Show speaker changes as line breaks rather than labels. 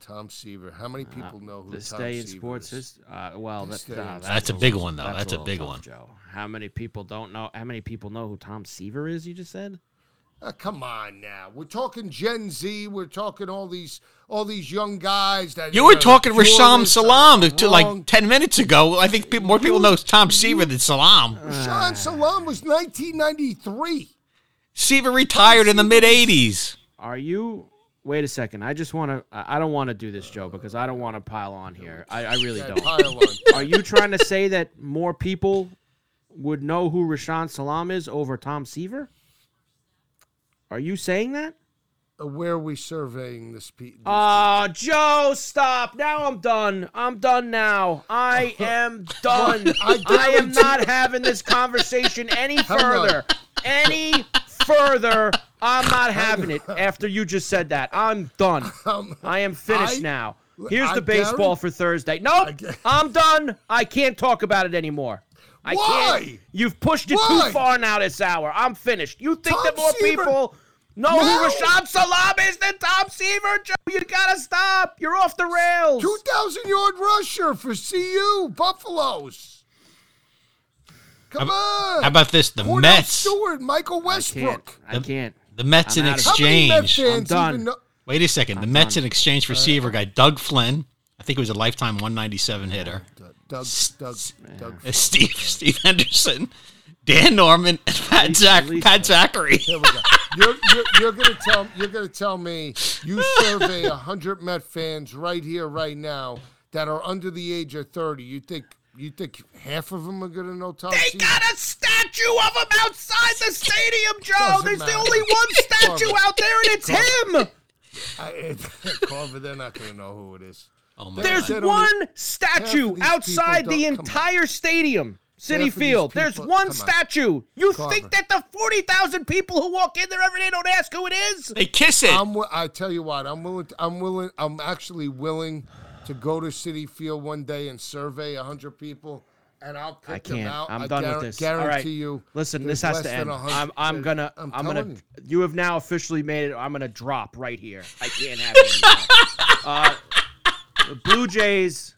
Tom Seaver. How many people know who
the
Tom
stay Uh, in
Seaver
sports
is?
is uh, well
The
that,
stay
nah,
in
that's,
sports.
That's a big
little-
one, though. That's a
little
big
tough,
one.
Joe. How many people don't know? How many people know who Tom Seaver is? You just said.
Uh, come on now. We're talking Gen Z. We're talking all these all these young guys that
You were
know,
talking Rasham
purists are
Salam to, to
wrong.
like ten minutes ago. I think people, more people know Tom Seaver than Salam.
Ah.
Rashawn Salam was 1993.
Seaver retired in the mid '80s.
Are you? Wait a second. I just want to. I I don't want to do this, Joe, because I don't want to pile on here. I, I really
That
don't.
pile on.
Are you trying to say that more people would know who Rashawn Salam is over Tom Seaver? Are you saying that?
Uh, Where are we surveying this, Pete?
Oh, Joe, stop. Now I'm done. I'm done now. I am done. I, am not having this conversation any
on.
further. Any further. I'm not having it after you just said that. I'm done. I am finished
I-
now. Here's
I
the baseball
guarant-
for Thursday. Nope.
gu-
I'm done. I can't talk about it anymore. I
Why?
Can't. You've pushed it
Why?
too far now this hour. I'm finished. You think
Tom
that more
Seaver-
people know
No.
who Rashad Salam is than Tom Seaver, Joe? You gotta stop. You're off the rails.
2,000 yard rusher for CU Buffaloes. Come on.
How about this? The
Cordell
Mets.
Stewart, Michael
can't.
Westbrook.
I can't.
The Mets
I'm
in
out of-
How many Mets
exchange.
fans
I'm done.
even know?
Wait a second. The Mets in exchange for Seaver guy Doug Flynn. I think it was a lifetime 197 hitter.
Doug, Doug, Doug, Doug.
Uh, Steve Steve Henderson, Dan Norman, and Pat Zach
at least-
Pat Zachary.
Here we go. You're, you're, you're gonna tell you're gonna tell me you survey hundred Met fans right here, right now, that are under the age of thirty. You think you think half of them are gonna know Tom?
They
Seaver?
got a statue of him outside the stadium, Joe.
Doesn't
There's
matter.
the only one statue
Corbin.
out there, and it's him.
I, Carver, they're not gonna know who it is.
Oh my
There's
They don't-
one
these
statue
people
outside the
don't- come
entire stadium, City
Half of these
Field. There's
people-
one
come on.
statue. You
Carver.
think that the 40,000 people who walk in there every day don't ask who it is?
They kiss it.
I'm. wi- I tell you what. I'm willing. To, I'm willing. I'm actually willing to go to City Field one day and survey hundred people, and I'll pick
I
them
can't.
out.
I'm
I
done
guaran-
with this.
Guarantee
All right.
you.
Listen,
there's
this has
less
to
than
end.
100
I'm, I'm gonna. I'm,
telling
gonna.
you.
You have now officially made it. I'm gonna drop right here. I can't have it. anymore. uh, the Blue Jays